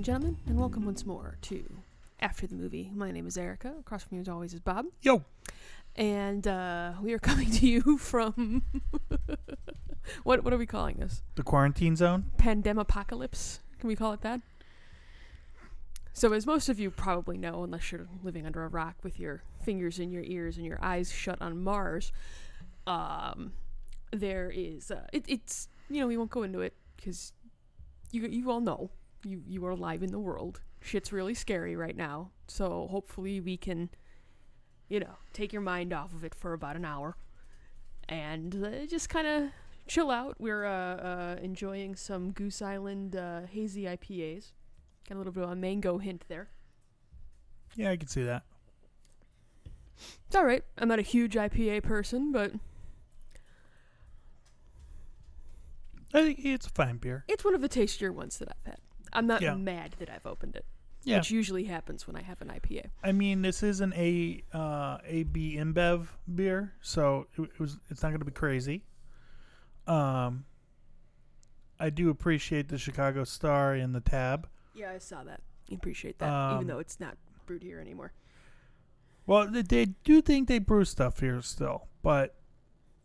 gentlemen, and welcome once more to After the Movie. My name is Erica. Across from me, as always, is Bob. Yo. And uh, we are coming to you from. what, what are we calling this? The quarantine zone? Pandemic apocalypse? Can we call it that? So, as most of you probably know, unless you're living under a rock with your fingers in your ears and your eyes shut on Mars, um, there is. Uh, it, it's. You know, we won't go into it because you, you all know you you are alive in the world. Shit's really scary right now. So hopefully we can, you know, take your mind off of it for about an hour, and uh, just kind of chill out. We're uh, uh, enjoying some Goose Island uh, hazy IPAs. Got a little bit of a mango hint there. Yeah, I can see that. It's all right. I'm not a huge IPA person, but I think it's a fine beer. it's one of the tastier ones that I've had. I'm not Yeah. mad that I've opened it, Yeah. which usually happens when I have an IPA. I mean, this is an A uh, AB InBev beer, so it, it was it's not going to be crazy. Um, I do appreciate the Chicago Star in the tab. Yeah, I saw that. Appreciate that, even Um, though it's not brewed here anymore. Well, they, they do think they brew stuff here still, but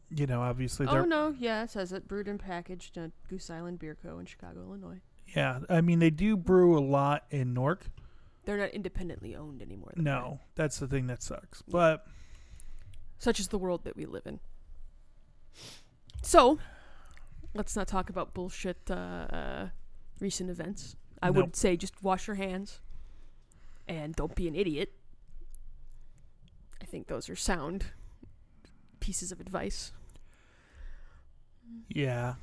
you know, obviously they're Oh no, yeah, it says it brewed and packaged at Goose Island Beer Co. in Chicago, Illinois. yeah. I mean, they do brew a lot in Newark. They're not independently owned anymore. though, right? No, that's the thing that sucks. But Such is the world that we live in. So, let's not talk about bullshit uh, uh, recent events. I would Nope. say just wash your hands and don't be an idiot. I think those are sound pieces of advice. yeah,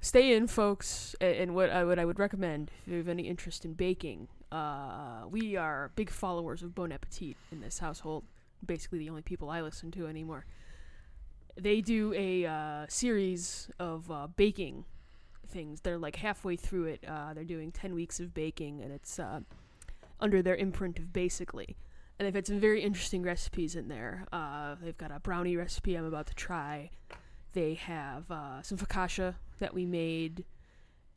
stay in, folks. a- And what I would I would recommend if you have any interest in baking, uh, we are big followers of Bon Appetit in this household. Basically, the only people I listen to anymore. They do a uh, series of uh, baking things. They're like halfway through it. Uh, they're doing ten weeks of baking, and it's uh, under their imprint of basically. And they've had some very interesting recipes in there. Uh, they've got a brownie recipe I'm about to try. They have uh, some focaccia that we made.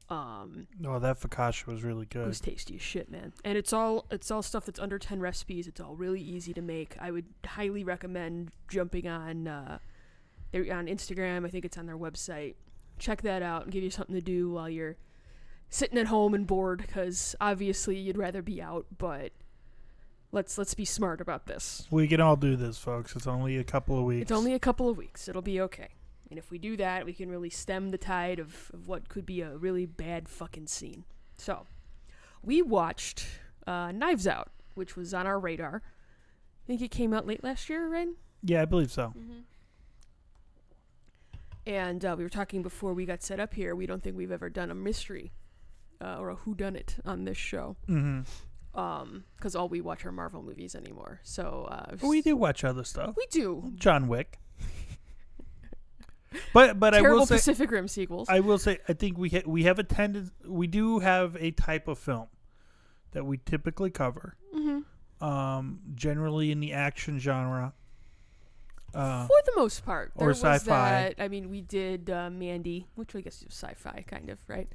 Um, oh, that focaccia was really it good. was tasty as shit, man. And it's all it's all stuff that's under ten recipes. It's all really easy to make. I would highly recommend jumping on uh, they're on Instagram. I think it's on their website. Check that out and give you something to do while you're sitting at home and bored. Because obviously you'd rather be out, but let's let's be smart about this. We can all do this, folks. It's only a couple of weeks. It's only a couple of weeks. It'll be okay. And if we do that, we can really stem the tide of, of what could be a really bad fucking scene. So, we watched uh, Knives Out, which was on our radar. I think it came out late last year, right? Yeah, I believe so. And uh, we were talking before we got set up here. We don't think we've ever done a mystery uh, or a whodunit on this show Mm-hmm. because all we watch are Marvel movies anymore. So uh, But we do watch other stuff. We do John Wick. but but I terrible will say Pacific Rim sequels. I will say I think we ha- we have a tendency we do have a type of film that we typically cover. mm-hmm. Um, generally in the action genre. Uh, for the most part. or There was sci-fi. that- I mean, we did uh, Mandy, which I guess is sci-fi, kind of, right?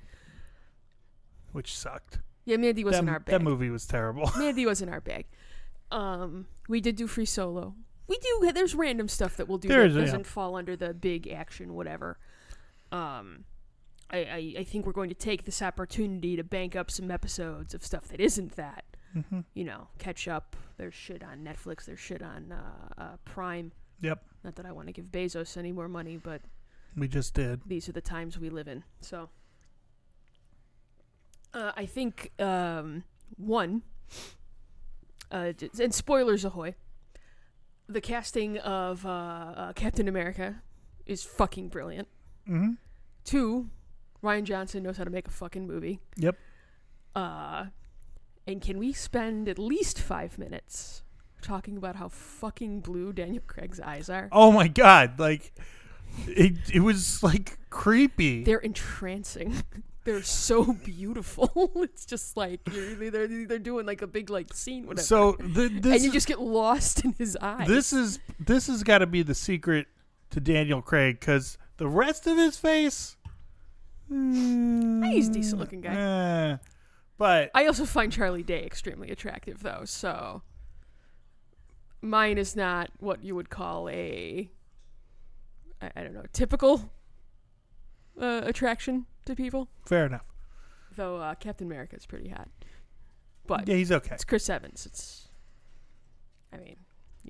which sucked. Yeah, Mandy was That, in our that bag. movie was terrible. Mandy was in our bag. Um, we did do Free Solo. We do. There's random stuff that we'll do There that is, yeah. doesn't fall under the big action, whatever. Um, I, I I think we're going to take this opportunity to bank up some episodes of stuff that isn't that. hmm You know, catch up. There's shit on Netflix. There's shit on uh, uh, Prime. Yep. Not that I want to give Bezos any more money, but We just did. these are the times we live in. So, uh, I think um, one, uh, d- and spoilers ahoy, the casting of uh, uh, Captain America is fucking brilliant. hmm Two, Ryan Johnson knows how to make a fucking movie. Yep. Uh, and can we spend at least five minutes talking about how fucking blue Daniel Craig's eyes are? Oh my god! Like it it was like creepy. they're entrancing. They're so beautiful. it's just like you're, they're they're doing like a big like scene, whatever. So the, this and you is- just get lost in his eyes. this is this has got to be the secret to Daniel Craig because the rest of his face, mm, he's a decent looking guy. Eh. but I also find Charlie Day extremely attractive, though. So mine is not what you would call a, I, I don't know, typical uh, attraction to people. fair enough. Though uh, Captain America is pretty hot, but Yeah, he's okay. it's Chris Evans. It's, I mean,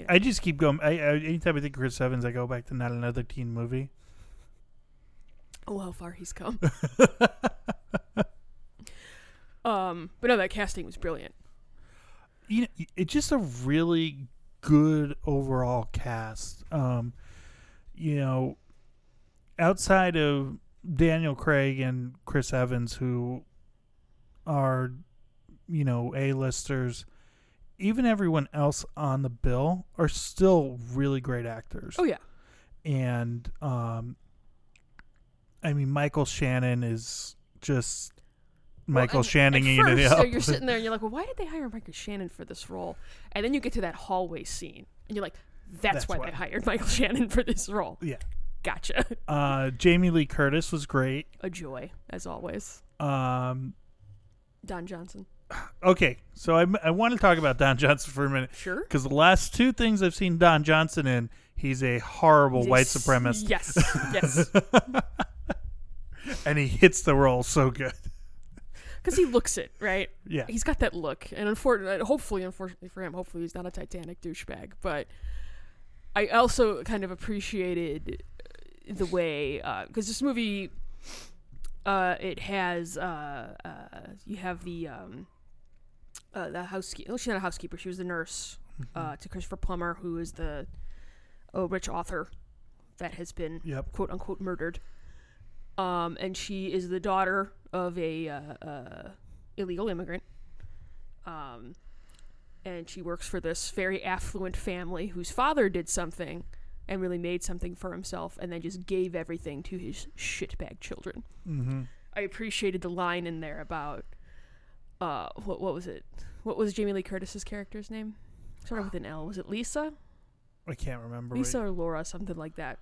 I just keep going. I, I anytime I think of Chris Evans, I go back to not another teen movie. oh how far he's come. um, but no, that casting was brilliant. you know, it's just a really good overall cast. Um, you know, outside of Daniel Craig and Chris Evans, who are, you know, A-listers, even everyone else on the bill are still really great actors. Oh yeah, And, um, I mean, Michael Shannon is just Michael and Shannon at in it first, up. So you're sitting there and you're like, well, why did they hire Michael Shannon for this role? And then you get to that hallway scene and you're like, that's, That's why, why. they hired Michael Shannon for this role. Yeah. Gotcha. Uh, Jamie Lee Curtis was great. A joy, as always. Um, Don Johnson. okay, so I, I want to talk about Don Johnson for a minute Sure. because the last two things I've seen Don Johnson in, he's a horrible white Yes. supremacist, Yes. Yes. and he hits the role so good. Because he looks it, right? Yeah, He's got that look. And unfortunately, hopefully, unfortunately for him, hopefully he's not a Titanic douchebag. But I also kind of appreciated uh, the way, because this movie, uh, it has, uh, uh, you have the, um, uh, the housekeeper, well, she's not a housekeeper, she was the nurse uh, to Christopher Plummer, who is the uh, rich author that has been yep, quote unquote murdered. Um, and she is the daughter of a uh, uh, illegal immigrant. Um, and she works for this very affluent family whose father did something and really made something for himself and then just gave everything to his shitbag children. mm-hmm. I appreciated the line in there about uh, what what was it? What was Jamie Lee Curtis's character's name? Started with an L. Was it Lisa? I can't remember. Lisa or Laura, something like that.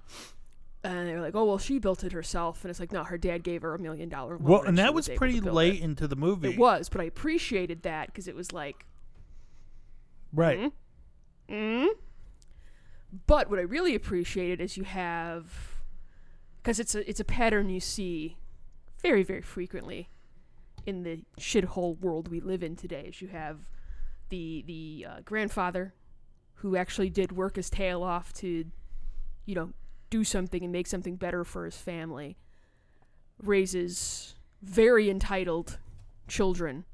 And they were like, "Oh well, she built it herself," and it's like, "No, her dad gave her a million dollar loan." Well, and she that was able to pretty build late It. into the movie, It was, but I appreciated that because it was like, right? Mhm. mm. But what I really appreciated is you have, because it's a it's a pattern you see, very very frequently, in the shithole world we live in today. Is you have the the uh, grandfather, who actually did work his tail off to, you know, do something and make something better for his family, raises very entitled children,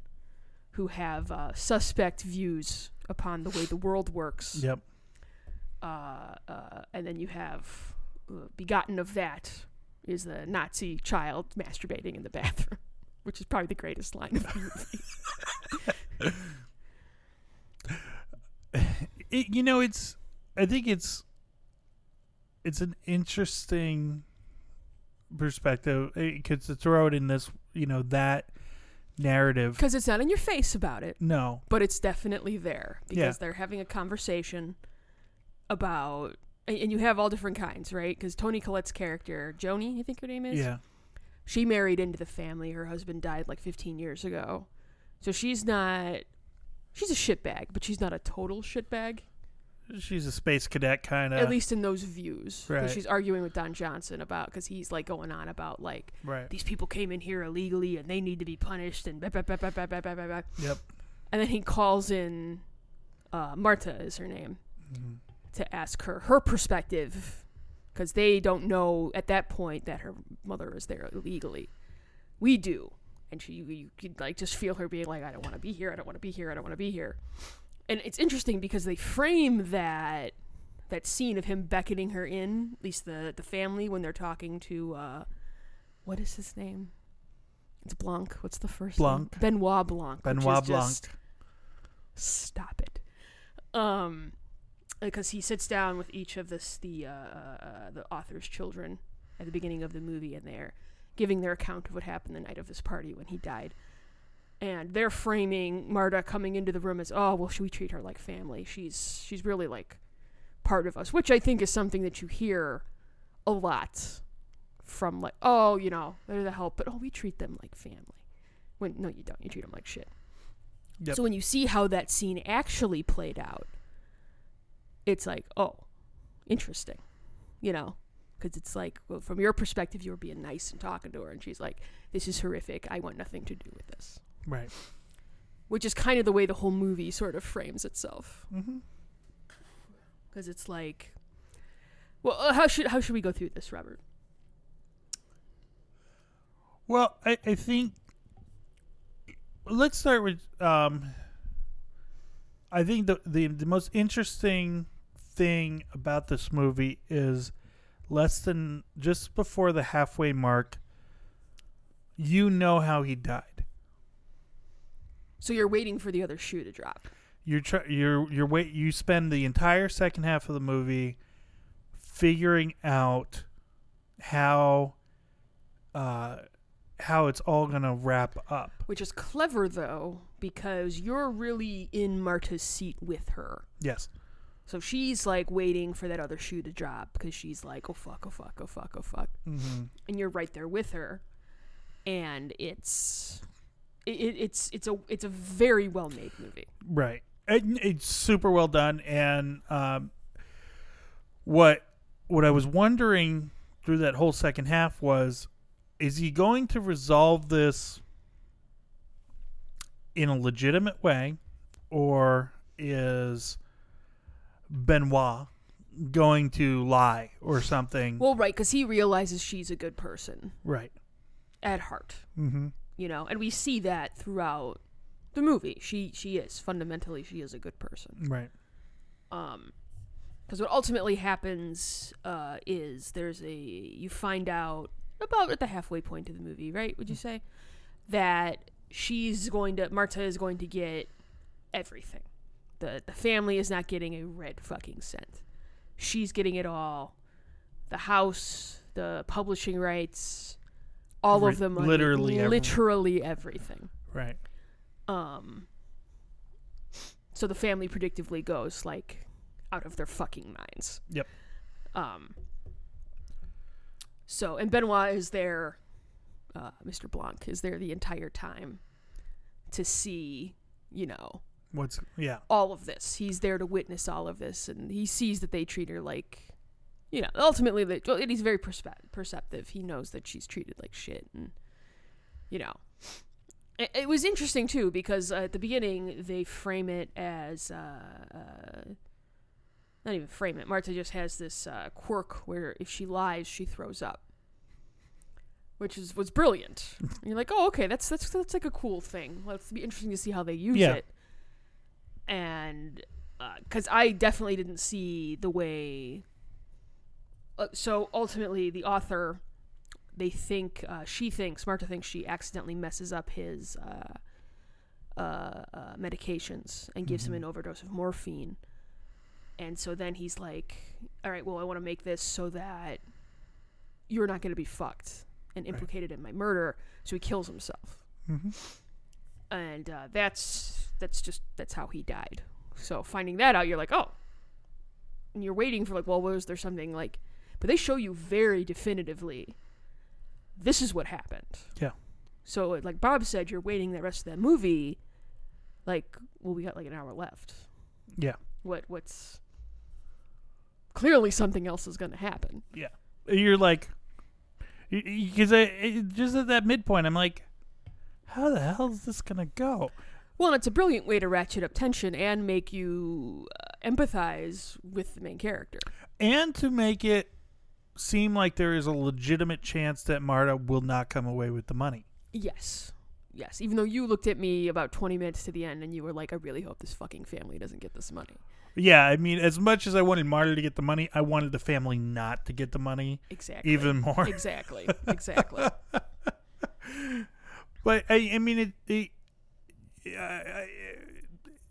who have uh, suspect views upon the way the world works Yep. uh, uh, and then you have uh, begotten of that is the Nazi child masturbating in the bathroom, which is probably the greatest line of the movie. it, you know it's i think it's it's an interesting perspective because to throw it in this you know that narrative because it's not in your face about it, no but it's definitely there because Yeah. they're having a conversation about, and, and you have all different kinds, right? Because Tony Collette's character, Joni, I think her name is, yeah she married into the family. Her husband died like 15 years ago, so she's not. She's a shitbag, but she's not a total shitbag. she's a space cadet kind at of least in those views 'cause Right. she's arguing with don johnson about because he's like going on about like right these people came in here illegally and they need to be punished and blah, blah, blah, blah, blah, blah, blah, blah, blah. yep and then he calls in uh, marta is her name Mhm. to ask her her perspective because they don't know at that point that her mother is there illegally we do and she you, you could like just feel her being like i don't want to be here i don't want to be here i don't want to be here and it's interesting because they frame that that scene of him beckoning her in at least the the family when they're talking to uh what is his name it's blanc what's the first Blanc. name? benoit blanc which Benoit is Blanc. just- stop it um because he sits down with each of this the uh, uh, the author's children at the beginning of the movie and they're giving their account of what happened the night of his party when he died and they're framing marta coming into the room as oh well should we treat her like family she's she's really like part of us which i think is something that you hear a lot from like, oh, you know, they're the help, but oh, we treat them like family. When no, you don't. You treat them like shit. Yep. So when you see how that scene actually played out, it's like, oh, interesting, you know, because it's like well, from your perspective, you were being nice and talking to her, and she's like, this is horrific. I want nothing to do with this. Right. Which is kind of the way the whole movie sort of frames itself, Mm-hmm. because it's like, well, uh, how should how should we go through this, Robert? Well, I, I think let's start with um I think the, the the most interesting thing about this movie is less than just before the halfway mark you know how he died. So you're waiting for the other shoe to drop. You're try, you're you're wait you spend the entire second half of the movie figuring out how uh how it's all going to wrap up. Which is clever though, because you're really in Marta's seat with her. Yes. So she's like waiting for that other shoe to drop because she's like, oh fuck, oh fuck, oh fuck, oh fuck. Mm-hmm. And you're right there with her. And it's it, it, it's it's a it's a very well made movie. Right. It, it's super well done, and um, what what I was wondering through that whole second half was, is he going to resolve this in a legitimate way, or is Benoit going to lie or something? Well, right, because he realizes she's a good person right. at heart, Mm-hmm. you know, and we see that throughout the movie. She she is fundamentally she is a good person. Right. um because what ultimately happens uh is there's a you find out about at the halfway point of the movie right would you Mm. say that she's going to marta is going to get everything the the family is not getting a red fucking cent she's getting it all the house the publishing rights all Every- of the money literally every- literally everything Right. um so the family predictively goes like out of their fucking minds. Yep. Um so and Benoit is there uh Mr. Blanc is there the entire time to see, you know, What's yeah? all of this. He's there to witness all of this and he sees that they treat her like you know, ultimately they, well, and he's very perspe- perceptive. He knows that she's treated like shit and you know. It, it was interesting too because uh, at the beginning they frame it as uh, uh, not even frame it. Marta just has this uh, quirk where if she lies, she throws up. Which is was brilliant. And you're like, oh, okay, that's that's that's like a cool thing. Well, it's be interesting to see how they use Yeah. it. And because I definitely didn't see the way. Uh, so ultimately, the author, they think uh, she thinks Marta thinks she accidentally messes up his uh, uh, uh, medications and gives him an overdose of morphine. And so then he's like, "All right, well, I want to make this so that you're not going to be fucked and Right. implicated in my murder." So he kills himself, Mm-hmm. and uh, that's that's just that's how he died. So finding that out, you're like, "Oh," and you're waiting for like, "Well, was there something like?" But they show you very definitively. This is what happened. Yeah. So like Bob said, you're waiting the rest of that movie. Like, well, we got like an hour left Yeah. what what's clearly something else is going to happen. you're like because I it- just at that midpoint I'm like how the hell is this gonna go Well, and it's a brilliant way to ratchet up tension and make you uh, empathize with the main character. and to make it seem like there is a legitimate chance that Marta will not come away with the money Yes. Yes, even though you looked at me about 20 minutes to the end and you were like I really hope this fucking family doesn't get this money. yeah I mean as much as I wanted Marta to get the money I wanted the family not to get the money Exactly. even more Exactly. Exactly. but I, I mean it it, I, I,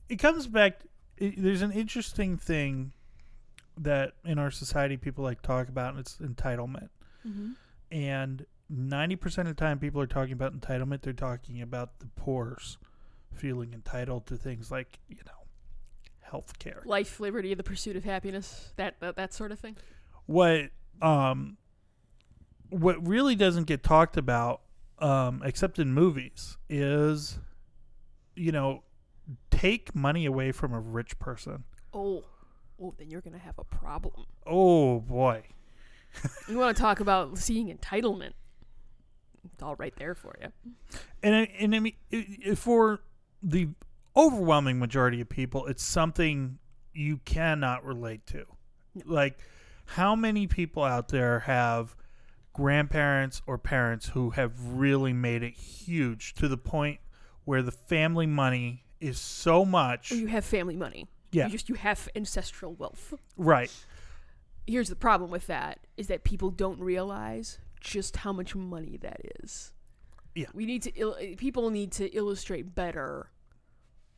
it comes back it, there's an interesting thing that in our society people like talk about and it's entitlement mm-hmm. and 90% of the time people are talking about entitlement they're talking about the poor's feeling entitled to things like you know health care Life, liberty, the pursuit of happiness, that, that that sort of thing. what um what really doesn't get talked about, um, except in movies, is you know, take money away from a rich person. Oh, well, then you're gonna have a problem. Oh boy. You want to talk about seeing entitlement? It's all right there for you. and I, and I mean, i- i- for the overwhelming majority of people, it's something you cannot relate to. Like, how many people out there have grandparents or parents who have really made it huge to the point where the family money is so much, Or you have family money. Yeah. You just you have ancestral wealth. right? Here's the problem with that is that people don't realize just how much money that is. Yeah. We need to il- people need to illustrate better.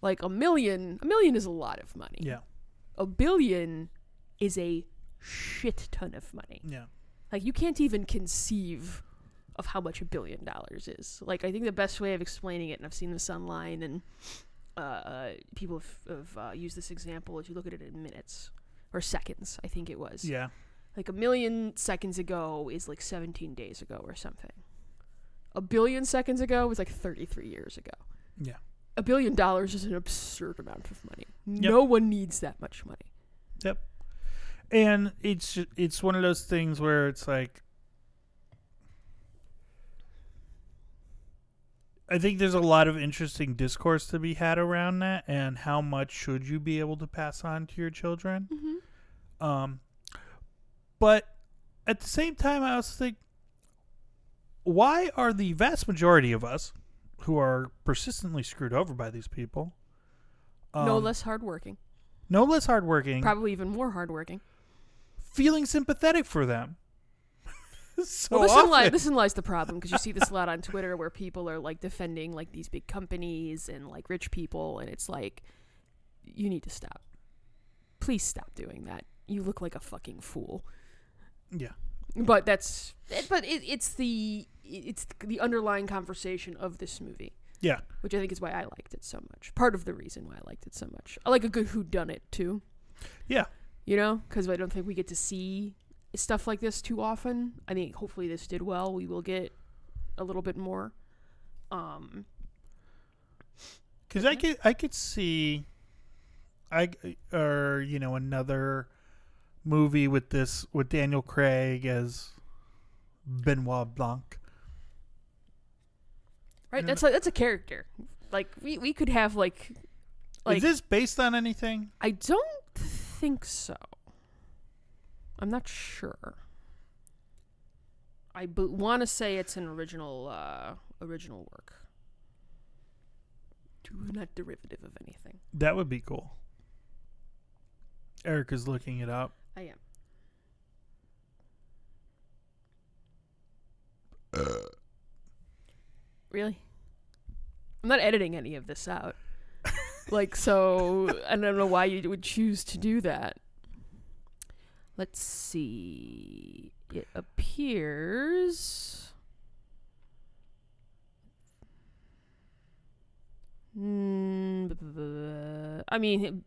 Like a million, a million is a lot of money. Yeah, A billion is a shit ton of money. yeah, Like you can't even conceive of how much a billion dollars is. Like I think the best way of explaining it, and I've seen this online, and uh, uh, people have, have uh, used this example is you look at it in minutes or seconds. I think it was yeah, like a million seconds ago is like 17 days ago or something. A billion seconds ago was like 33 years ago. yeah. A billion dollars is an absurd amount of money. No one needs that much money. Yep. And it's ju- it's one of those things where it's like I think there's a lot of interesting discourse to be had around that and how much should you be able to pass on to your children. Um but at the same time I also think why are the vast majority of us who are persistently screwed over by these people no um, less hardworking. no less hardworking Probably even more hardworking. feeling sympathetic for them. so well, this, in li- often. this in lies the problem because you see this a lot on Twitter where people are like defending like these big companies and like rich people, and it's like, you need to stop. Please stop doing that. You look like a fucking fool. yeah, But that's it- but it, it's the it's the underlying conversation of this movie, yeah, which I think is why I liked it so much. Part of the reason why I liked it so much. I like a good who done it too. yeah, You know, because I don't think we get to see stuff like this too often. I think hopefully this did well. We will get a little bit more. Um, because I could I could see, I or you know another movie with this with Daniel Craig as Benoit Blanc. right? No, That's a, that's a character. Like we we could have like Like- Is this based on anything? I don't think so. I'm not sure. I b- want to say it's an original uh, original work, not derivative of anything. That would be cool. Eric is looking it up. I am. Uh. Really? I'm not editing any of this out. like, so I don't know why you would choose to do that. Let's see. It appears. Mm, b- b- b- I mean,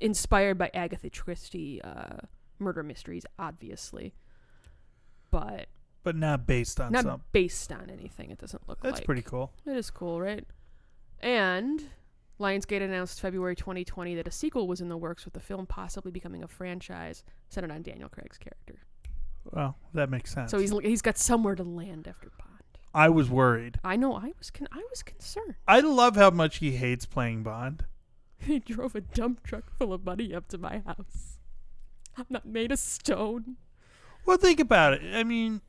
inspired by Agatha Christie uh, murder mysteries, obviously, but But not based on not something. based on anything. It doesn't look That's like. pretty cool. It is cool, right? And Lionsgate announced February 2020 that a sequel was in the works, with the film possibly becoming a franchise centered on Daniel Craig's character. Well, that makes sense. So he's he's got somewhere to land after Bond. I was worried. I know I was con- I was concerned. I love how much he hates playing Bond. he drove a dump truck full of money up to my house. I'm not made of stone. Well, think about it. I mean,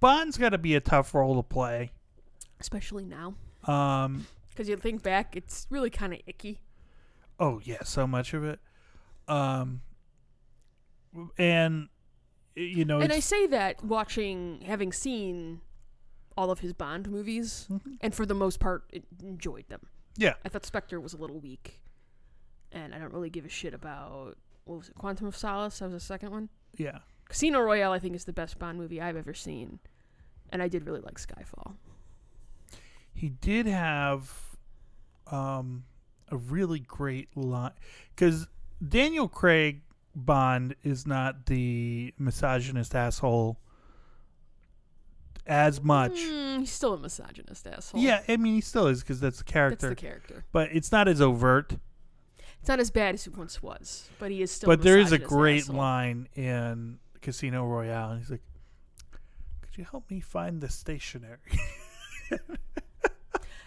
Bond's got to be a tough role to play. Especially now. Um, Because you think back, it's really kind of icky. oh yeah, so much of it. Um, and y- you know, And I it's- say that watching, having seen all of his Bond movies, and for the most part, it enjoyed them. yeah, I thought Spectre was a little weak, and I don't really give a shit about what was it, Quantum of Solace? That was the second one. yeah. Casino Royale, I think, is the best Bond movie I've ever seen, and I did really like Skyfall. He did have um a really great line because Daniel Craig Bond is not the misogynist asshole as much. Mm, he's still a misogynist asshole. Yeah, I mean he still is because that's the that's character, the character. but it's not as overt. It's not as bad as it once was, but he is still. but there is a misogynist great asshole. line in Casino Royale, and he's like, "Could you help me find the stationery?"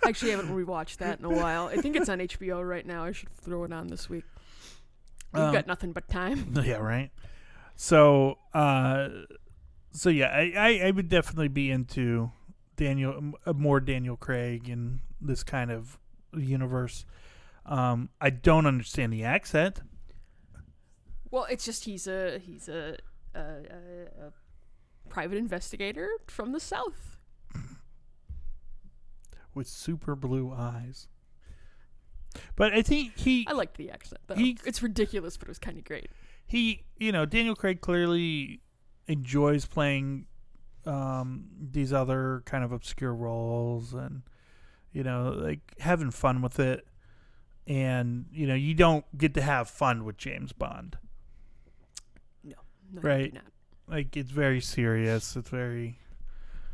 Actually, I haven't rewatched that in a while. I think it's on HBO right now. I should throw it on this week. We've Um, got nothing but time. Yeah, right. So, uh, so yeah, I, I, I would definitely be into Daniel, m- uh, more Daniel Craig and this kind of universe. Um, I don't understand the accent. Well, it's just he's a he's a a, a, a private investigator from the south. with super blue eyes. But I think he I liked the accent though. He- it's ridiculous, but it was kind of great. he you know Daniel Craig clearly enjoys playing um, these other kind of obscure roles and you know like having fun with it. And you know you don't get to have fun with James Bond. No, Right. I did not. Like it's very serious. It's very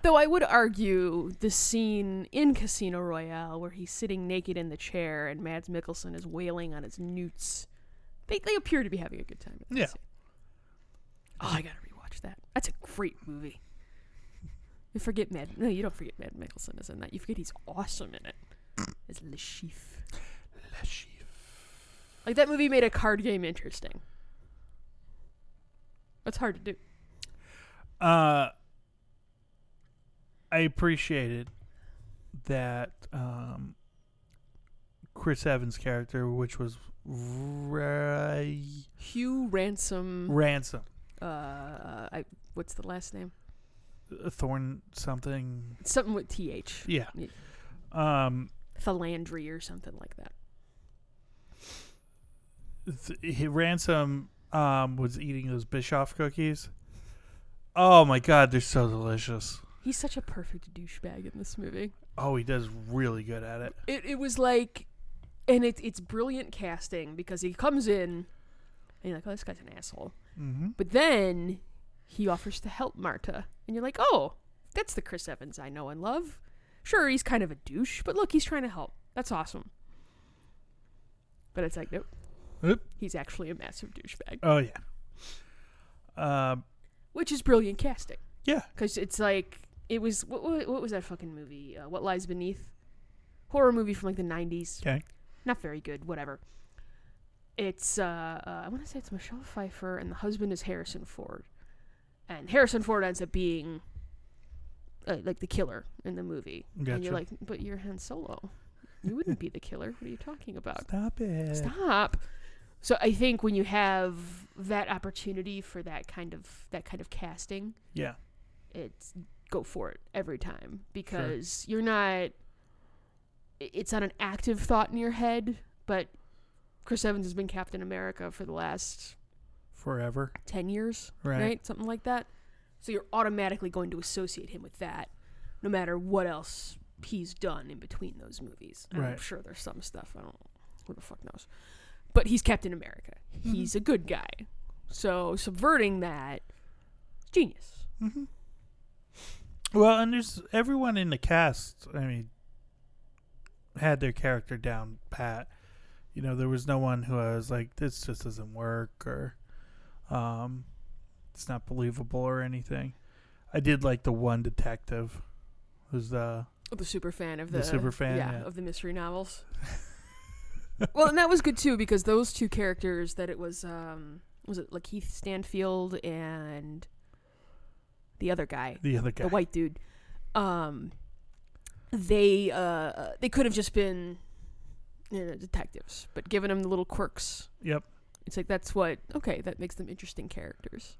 Though I would argue the scene in Casino Royale where he's sitting naked in the chair and Mads Mikkelsen is wailing on his newts. They, they appear to be having a good time. in that Yeah. scene. Oh, I gotta rewatch that. That's a great movie. You forget Mad? No, you don't forget Mad Mikkelsen is in that. You forget he's awesome in it. As Le Chiffre. Like that movie made a card game interesting. That's hard to do. uh, I appreciated that um, Chris Evans' character, which was Ray Hugh Ransom. Ransom Uh, I, what's the last name? Thorn something, Something with th. yeah. Um, Philandry or something like that. th- he- Ransom um, was eating those Bischoff cookies. Oh my god, they're so delicious! He's such a perfect douchebag in this movie. Oh, he does really good at it. It it was like, and it, it's brilliant casting because he comes in, and you're like, oh, this guy's an asshole. Mm-hmm. But then he offers to help Marta, and you're like, oh, that's the Chris Evans I know and love. Sure, he's kind of a douche, but look, he's trying to help. That's awesome. But it's like, nope. Oop. He's actually a massive douchebag, Oh yeah. Um, which is brilliant casting. yeah. because it's like it was what, what, what was that fucking movie uh, what lies beneath horror movie from like the 90s Okay. not very good whatever it's uh, uh i want to say it's michelle pfeiffer and the husband is harrison ford and harrison ford ends up being uh, like the killer in the movie and Gotcha. you're like but you're han solo you wouldn't be the killer what are you talking about Stop it. stop so i think when you have that opportunity for that kind of that kind of casting Yeah. it's go for it every time because you're not i- it's not an active thought in your head but chris evans has been captain america for the last Forever. 10 years Right. right, something like that so you're automatically going to associate him with that no matter what else he's done in between those movies And i'm Right. sure there's some stuff i don't who the fuck knows but he's captain america Mm-hmm. he's a good guy so subverting that genius hmm Well, and there's everyone in the cast. I mean, had their character down pat. You know, there was no one who I was like, "This just doesn't work," or um, "It's not believable," or anything. I did like the one detective, who's uh, the Oh, The super fan of The the, super fan, yeah, yeah. of the mystery novels. well, and that was good too because those two characters that it was um was it like Keith Stanfield and the other guy, the other guy. the white dude. Um, they uh they could have just been you know, detectives, but giving them the little quirks. Yep. It's like that's what okay that makes them interesting characters.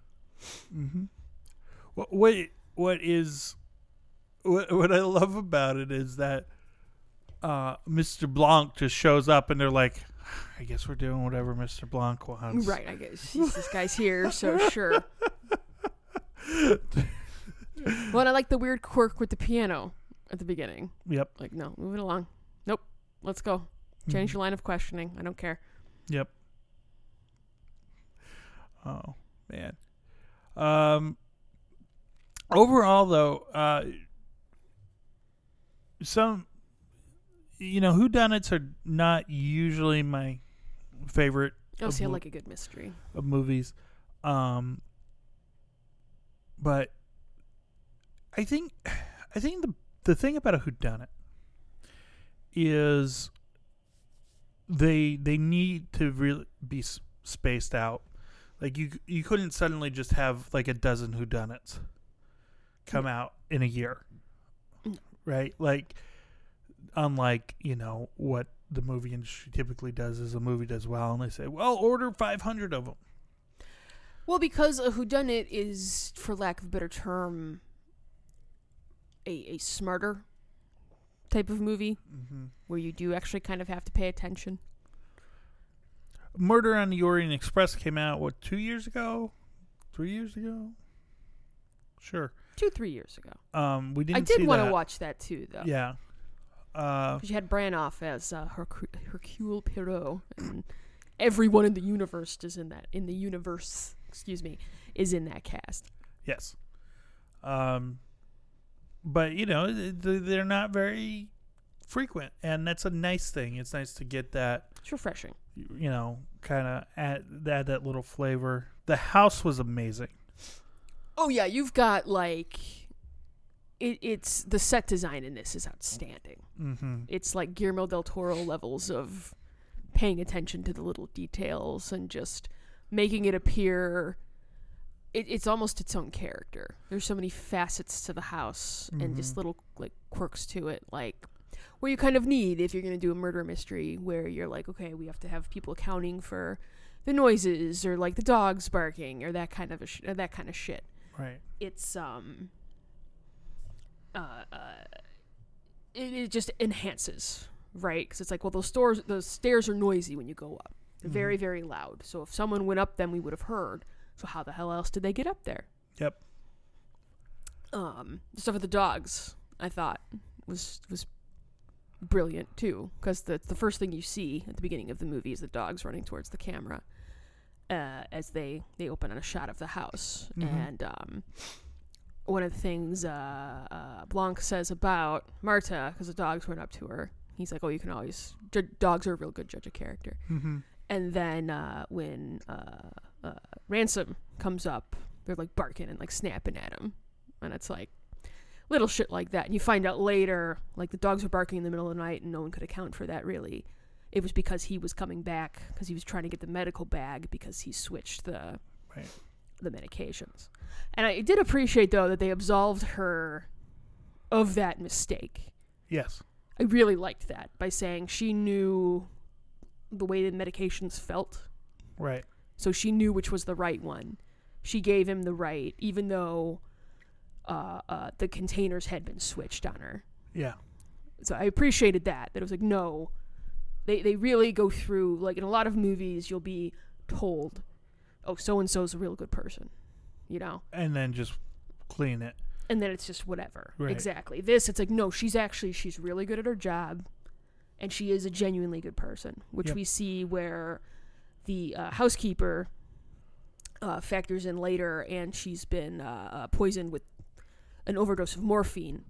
Mm-hmm. What what what is what what I love about it is that uh, Mr. Blanc just shows up and they're like, I guess we're doing whatever Mr. Blanc wants. Right, I guess He's- this guy's here, so sure. well, and I like the weird quirk with the piano at the beginning. Yep. Like, no, move it along. Nope, let's go. Change Mm-hmm. your line of questioning. I don't care. Mm-hmm. Oh man. Um. overall though uh some you know who are not usually my favorite Oh, see, I Mhm. like a good mystery. of movies um but i think i think the the thing about a who is they they need to really be s- spaced out like you c- you couldn't suddenly just have like a dozen who come out in a year No. right like unlike you know what the movie industry typically does is a movie does well and they say well order 500 of them Well, because a whodunit is, for lack of a better term, a, a smarter type of movie mm-hmm. where you do actually kind of have to pay attention. Murder on the Orient Express came out what two years ago, three years ago. Sure. Two, three years ago. Um, we didn't. I did see want to that. watch that too, though. Yeah. Uh, Because you had Branoff as uh, Hercu- Hercule Poirot, and everyone in the universe is in that. In the universe, excuse me, is in that cast. yes. Um, but you know th- th- they're not very frequent, and that's a nice thing. It's nice to get that It's refreshing. you know kind of add, add that little flavor. The house was amazing. Oh yeah, you've got like, it, it's the set design in this is outstanding. Mm-hmm. it's like Guillermo del Toro levels of paying attention to the little details and just making it appear it, it's almost its own character. There's so many facets to the house and just Mhm. little like quirks to it, like where you kind of need if you're gonna do a murder mystery where you're like, okay, we have to have people accounting for the noises or like the dogs barking or that kind of a sh- or that kind of shit Right. it's um uh, uh it, it just enhances right because it's like well those stores those stairs are noisy when you go up they're very very loud so if someone went up them we would have heard so how the hell else did they get up there Yep. um the stuff with the dogs i thought was was brilliant too because the, the first thing you see at the beginning of the movie is the dogs running towards the camera uh, as they they open on a shot of the house Mhm. and um one of the things uh, uh, Blanc says about Marta, because the dogs went up to her, he's like, "Oh, you can always j- dogs are a real good judge of character." Mm-hmm. And then uh, when uh, uh, Ransom comes up, they're like barking and like snapping at him. And it's like little shit like that. And you find out later, like the dogs were barking in the middle of the night and no one could account for that really. It was because he was coming back because he was trying to get the medical bag because he switched the Right. the medications. And I did appreciate though that they absolved her of that mistake. Yes. I really liked that by saying she knew the way the medications felt Right. so she knew which was the right one. She gave him the right, even though uh, uh, the containers had been switched on her. Yeah. So I appreciated that. That it was like, no, they they really go through. Like in a lot of movies, you'll be told, oh, so and so's a real good person, you know, And then just clean it. and then it's just whatever. Right. Exactly. This, it's like, no, she's actually she's really good at her job, and she is a genuinely good person, which Yep. we see where the uh, housekeeper uh, factors in later, and she's been uh, uh, poisoned with an overdose of morphine.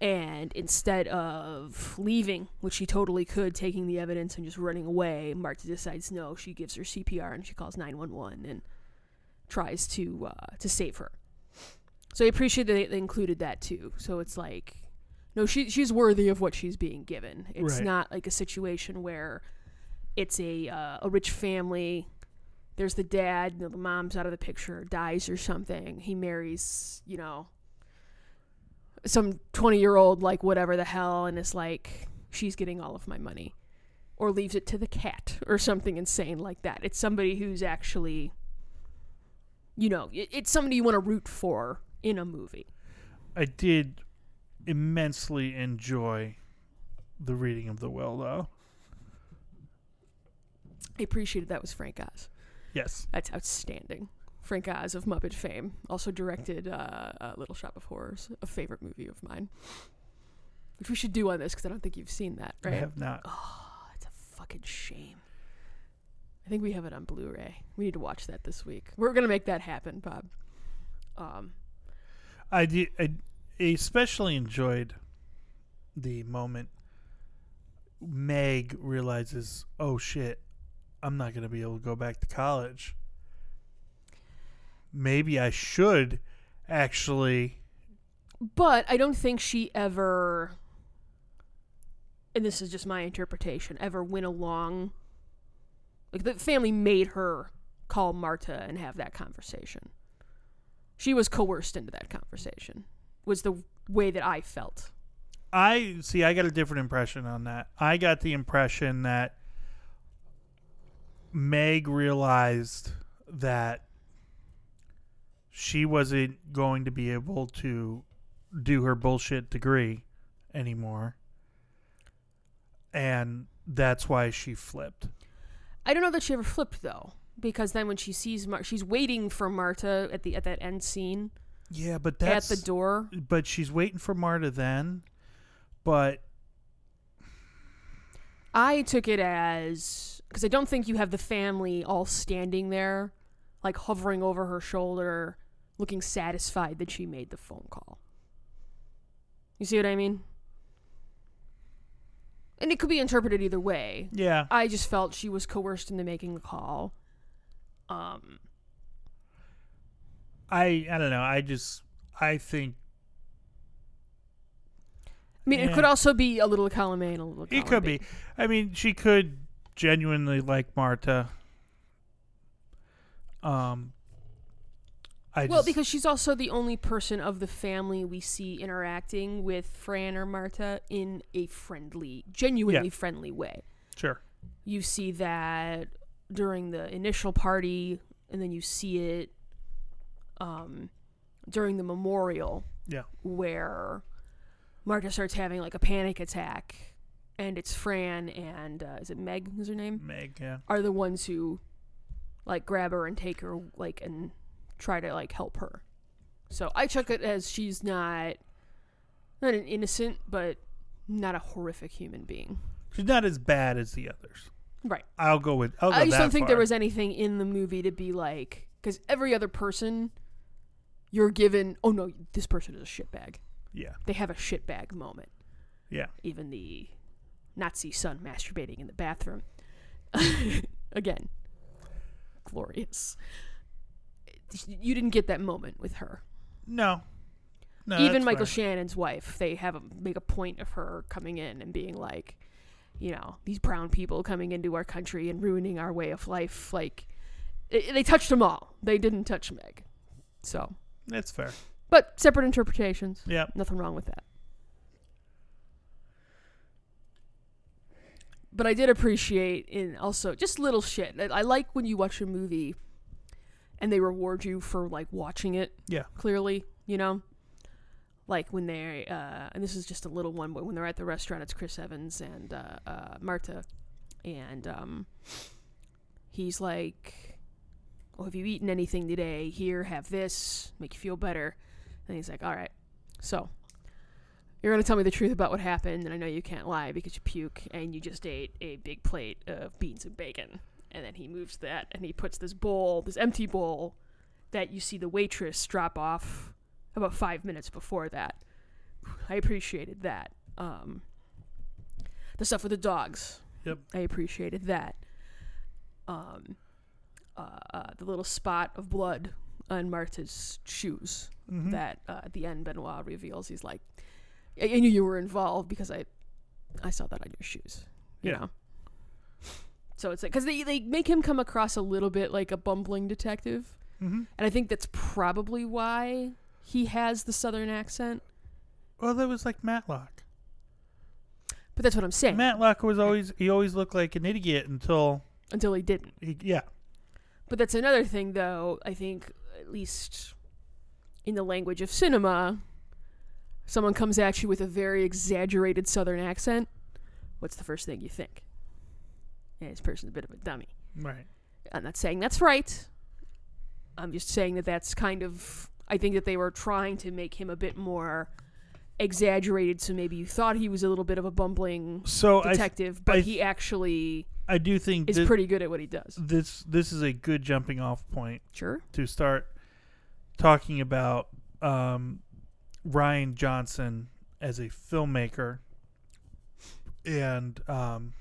And instead of leaving, which she totally could, taking the evidence and just running away, Marta decides no. She gives her CPR and she calls nine one one and tries to uh, to save her. So I appreciate that they, they included that too. So it's like, no, she she's worthy of what she's being given. It's Right. not like a situation where it's a uh, a rich family. There's the dad, you know, the mom's out of the picture, dies or something. He marries, you know, some 20 year old like whatever the hell and is like she's getting all of my money or leaves it to the cat or something insane like that it's somebody who's actually you know it, it's somebody you want to root for in a movie I did immensely enjoy the reading of the will, though. i appreciated that was frank oz Yes. that's outstanding frank oz of muppet fame also directed uh, uh, little shop of horrors a favorite movie of mine which we should do on this because i don't think you've seen that right I have not. It's a fucking shame. I think we have it on Blu-ray. We need to watch that this week. We're gonna make that happen, Bob. Um, I did. I especially enjoyed the moment Meg realizes, "Oh shit, I'm not gonna be able to go back to college. Maybe I should actually." But I don't think she ever, and this is just my interpretation, ever went along. Like the family made her call Marta and have that conversation. She was coerced into that conversation, was the way that I felt. I see. I got a different impression on that. I got the impression that Meg realized that she wasn't going to be able to do her bullshit degree anymore, and that's why she flipped. I don't know that she ever flipped though, because then when she sees Mar- she's waiting for Marta at the at that end scene Yeah, but that's at the door. but she's waiting for Marta then. But I took it as because I don't think you have the family all standing there, like hovering over her shoulder, looking satisfied that she made the phone call. You see what I mean? And it could be interpreted either way. yeah, I just felt she was coerced into making the call. Um, I I don't know. I just I think I mean, it Yeah. could also be a little column A and a little. it column could B. be. I mean, she could genuinely like Marta. Um, I Well, just, because she's also the only person of the family we see interacting with Fran or Marta in a friendly, genuinely friendly way. sure You see that during the initial party, and then you see it um, during the memorial. Yeah. Where Marta starts having like a panic attack, and it's Fran and uh, is it Meg? Is her name? Meg, yeah, Are the ones who like grab her and take her like and try to like help her. So I took it as she's not not an innocent, but not a horrific human being. she's not as bad as the others. Right. I'll go with. I'll go I just that don't think there far. was anything in the movie to be like because every other person you're given. Oh no, this person is a shitbag. Yeah, They have a shitbag moment. yeah, Even the Nazi son masturbating in the bathroom. Again, glorious. You didn't get that moment with her. no, no. even that's Michael fine. Shannon's wife, they have a, make a point of her coming in and being like, you know, these brown people coming into our country and ruining our way of life. Like, i they touched them all. They didn't touch Meg. So, That's fair. but separate interpretations. Yeah. Nothing wrong with that. But I did appreciate in also just little shit. I I like when you watch a movie and they reward you for like watching it. Yeah. Clearly, you know? Like when they uh and this is just a little one, but when they're at the restaurant it's Chris Evans and uh, uh Marta and um he's like Oh, have you eaten anything today? Here, have this, make you feel better. And he's like, All right. So, you're going to tell me the truth about what happened, and I know you can't lie because you puke and you just ate a big plate of beans and bacon. And then he moves that and he puts this bowl, this empty bowl, that you see the waitress drop off about five minutes before that. I appreciated that. Um, the stuff with the dogs. Yep. I appreciated that. Um, uh, uh, the little spot of blood on Marta's shoes Mhm. that uh, at the end Benoit reveals he's like, I, I knew you were involved because I, I saw that on your shoes. You Yeah. know. So it's like because they they make him come across a little bit like a bumbling detective, Mhm. and I think that's probably why he has the southern accent. Well, that was like Matlock. But that's what I'm saying. Matlock was always he always looked like an idiot until until he didn't. he, yeah But that's another thing, though. I think, at least in the language of cinema, someone comes at you with a very exaggerated Southern accent. What's the first thing you think? Yeah, this person's a bit of a dummy. right I'm not saying that's right. I'm just saying that that's kind of. I think that they were trying to make him a bit more exaggerated, so maybe you thought he was a little bit of a bumbling so I detective, but I- he actually I do think is thi- pretty good at what he does. this this is a Um, good jumping off point Sure. to start talking about um, Ryan Johnson as a filmmaker and um,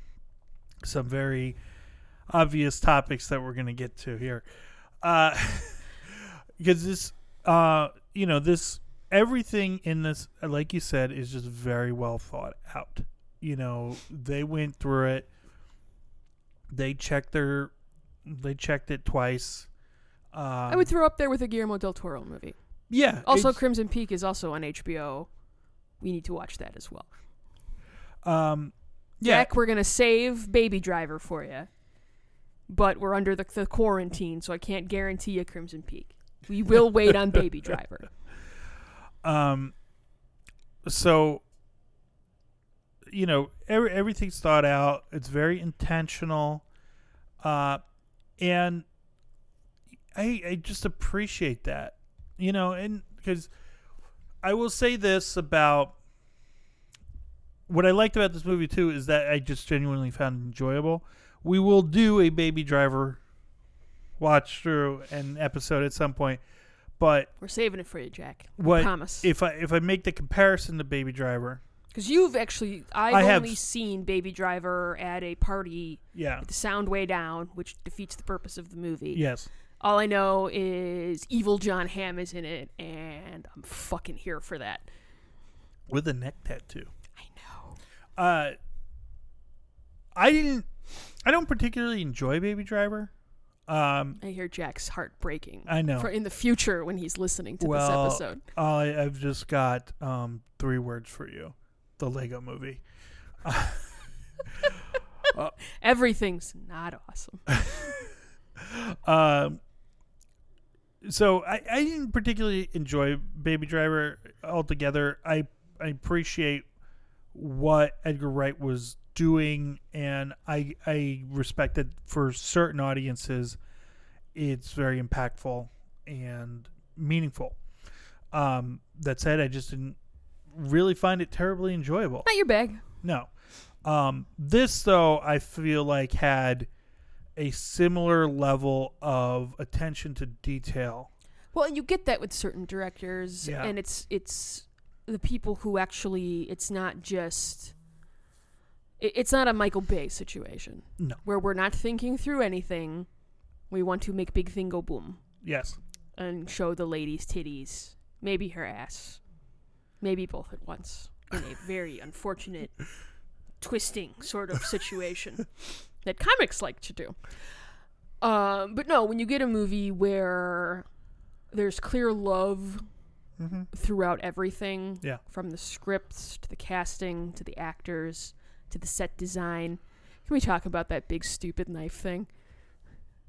some very obvious topics that we're going to get to here. Because this, uh, you know, this, everything in this, like you said, is just very well thought out. You know, they went through it, they checked their, they checked it twice. Um, I would throw up there with a Guillermo del Toro movie. yeah. Also, it's- Crimson Peak is also on HBO. We need to watch that as well. um, yeah, Jack, we're gonna save Baby Driver for you, but we're under the, the quarantine, so I can't guarantee you Crimson Peak. We will wait on Baby Driver. Um, so, you know, every, everything's thought out. It's very intentional, uh, and I I just appreciate that, you know, and because I will say this about what I liked about this movie too is that I just genuinely found it enjoyable. We will do a Baby Driver watch through an episode at some point, but We're saving it for you, Jack. what Promise. if I if I make the comparison to Baby Driver, Because you've actually, I've I have- only seen Baby Driver at a party yeah, with the sound way down, which defeats the purpose of the movie. yes, All I know is evil John Hamm is in it, and I'm fucking here for that. with a neck tattoo. I know. Uh, I didn't. I don't particularly enjoy Baby Driver. Um, I hear Jack's heart breaking. I know. For in the future when he's listening to well, this episode. I, I've just got um three words for you: the Lego Movie. Everything's not awesome. Um, so I, I didn't particularly enjoy Baby Driver altogether. I I appreciate what Edgar Wright was doing, and I I respect that for certain audiences, it's very impactful and meaningful. Um, that said, I just didn't really find it terribly enjoyable. Not your bag. No. Um, this though, I feel like had a similar level of attention to detail. Well, and you get that with certain directors, Yeah. and it's it's the people who actually it's not just it, it's not a Michael Bay situation. No. where we're not thinking through anything, we want to make big thing go boom Yes. and show the lady's titties, maybe her ass, maybe both at once in a very unfortunate twisting sort of situation that comics like to do. Um, but no, when you get a movie where there's clear love Mm-hmm. throughout everything Yeah. from the scripts to the casting to the actors to the set design can we talk about that big stupid knife thing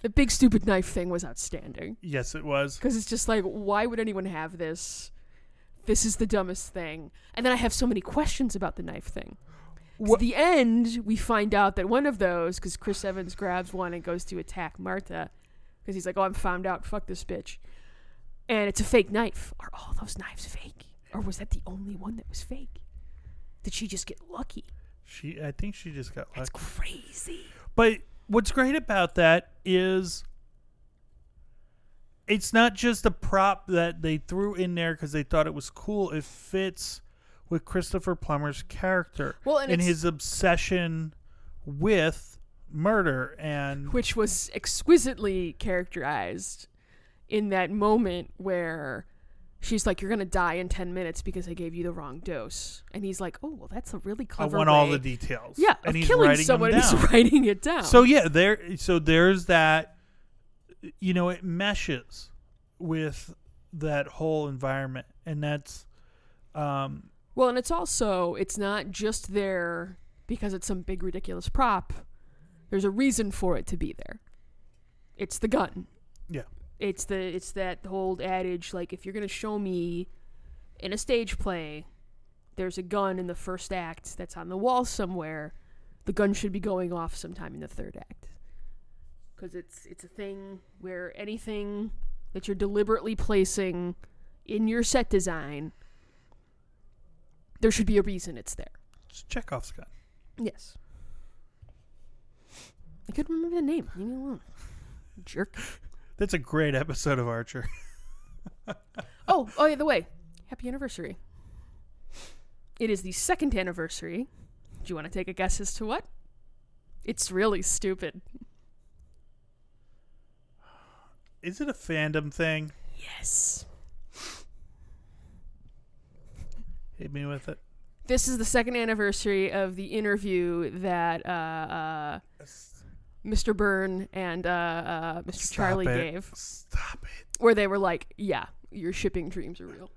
the big stupid knife thing was outstanding Yes, it was. because it's just like why would anyone have this this is the dumbest thing and then i have so many questions about the knife thing 'Cause Wha- at the end we find out that one of those because chris evans grabs one and goes to attack martha because he's like oh i'm found out fuck this bitch and it's a fake knife are all those knives fake or was that the only one that was fake did she just get lucky She, I think she just got that's lucky. crazy But what's great about that is it's not just a prop that they threw in there because they thought it was cool. It fits with Christopher Plummer's character well and, and it's, his obsession with murder and which was exquisitely characterized in that moment where she's like, "You're gonna die in ten minutes because I gave you the wrong dose," and he's like, "Oh, well, that's a really I clever." want all the way- details. yeah and of he's killing writing someone. them and down. He's writing it down. So yeah, there. So there's that. You know, it meshes with that whole environment, and that's, um, well, and it's also it's not just there because it's some big ridiculous prop. There's a reason for it to be there. It's the gun. Yeah. It's the it's that old adage like if you're gonna show me in a stage play, there's a gun in the first act that's on the wall somewhere. The gun should be going off sometime in the third act. Because it's it's a thing where anything that you're deliberately placing in your set design, there should be a reason it's there. it's Chekhov's gun. Yes. I couldn't remember the name. Leave me alone. Jerk. That's a great episode of Archer. Oh, oh, yeah, the way. Happy anniversary. It is the second anniversary. Do you want to take a guess as to what? It's really stupid. Is it a fandom thing? Yes. Hit me with it. This is the second anniversary of the interview that uh, uh, Mr. Byrne and uh, uh, Mr. Charlie it. gave, Stop it. where they were like, "Yeah, your shipping dreams are real."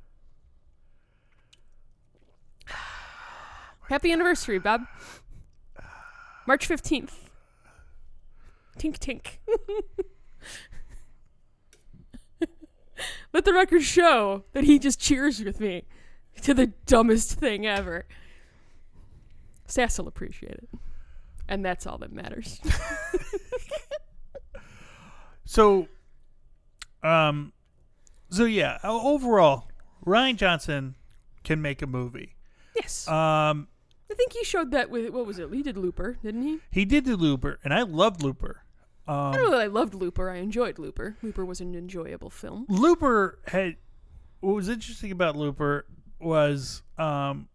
Happy anniversary, Bob. March fifteenth. Tink tink. Let the record show that he just cheers with me to the dumbest thing ever. Sass will appreciate it. And that's all that matters. So, um, so yeah. o- Overall, Ryan Johnson can make a movie. yes. Um, I think he showed that with what was it? He did Looper, didn't he? he did do Looper, and I loved Looper. Um, I don't know that I loved Looper. I enjoyed Looper. Looper was an enjoyable film. Looper had what was interesting about Looper was um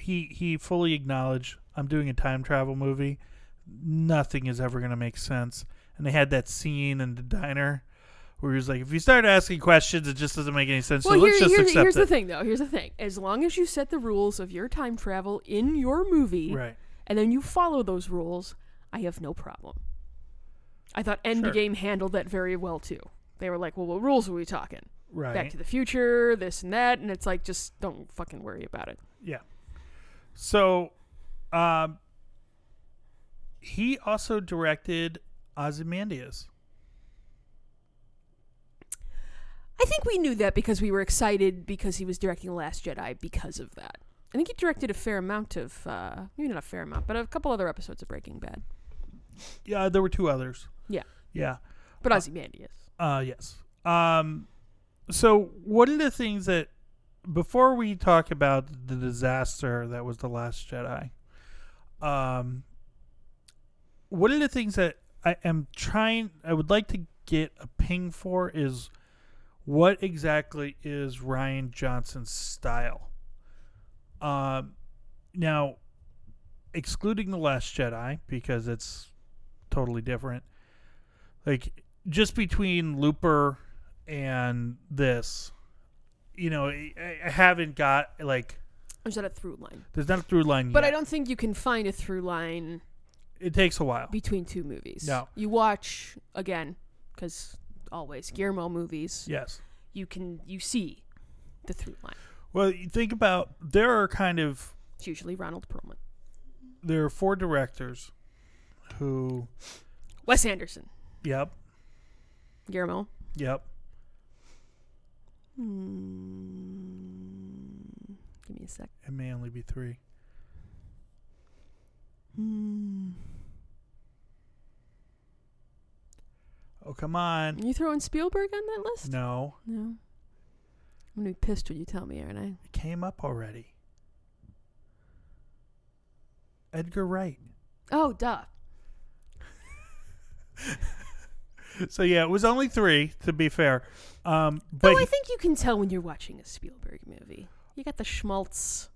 he he fully acknowledged I'm doing a time travel movie. Nothing is ever gonna make sense. And they had that scene in the diner where he was like, if you start asking questions, it just doesn't make any sense. well, so here- let's just here's, accept here's it. the thing, though. Here's the thing. As long as you set the rules of your time travel in your movie, Right. and then you follow those rules, I have no problem. I thought Endgame handled that very well too. They were like, "Well, what rules were we talking? Right. Back to the Future, this and that," and it's like, just don't fucking worry about it. Yeah. So, um, he also directed Ozymandias. I think we knew that because we were excited because he was directing The Last Jedi because of that. I think he directed a fair amount of, uh, maybe not a fair amount, but a couple other episodes of Breaking Bad. Yeah, there were two others. Yeah. Yeah. But Ozymandias. Uh, yes. Um, so one of the things that before we talk about the disaster that was the Last Jedi, um, one of the things that I am trying, I would like to get a ping for is what exactly is Ryan Johnson's style. Um, now excluding the Last Jedi because it's totally different. Like just between Looper and this, you know, I, I haven't got like There's not a through line. there's not a through line But yet. I don't think you can find a through line it takes a while. between two movies. No. You watch, again, because always Guillermo movies, yes. you can, you see the through line. Well, you think about there are kind of It's usually Ronald Perlman. there are four directors who Wes Anderson. yep, Guillermo. yep. Hmm. Give me a sec. It may only be 3. Hmm. Oh, come on. You throwing Spielberg on that list? No. No. I'm gonna be pissed when you tell me, aren't I? It came up already. Edgar Wright. Oh, duh. So yeah, it was only 3 to be fair. Um but oh, I think you can tell when you're watching a Spielberg movie. You got the schmaltz.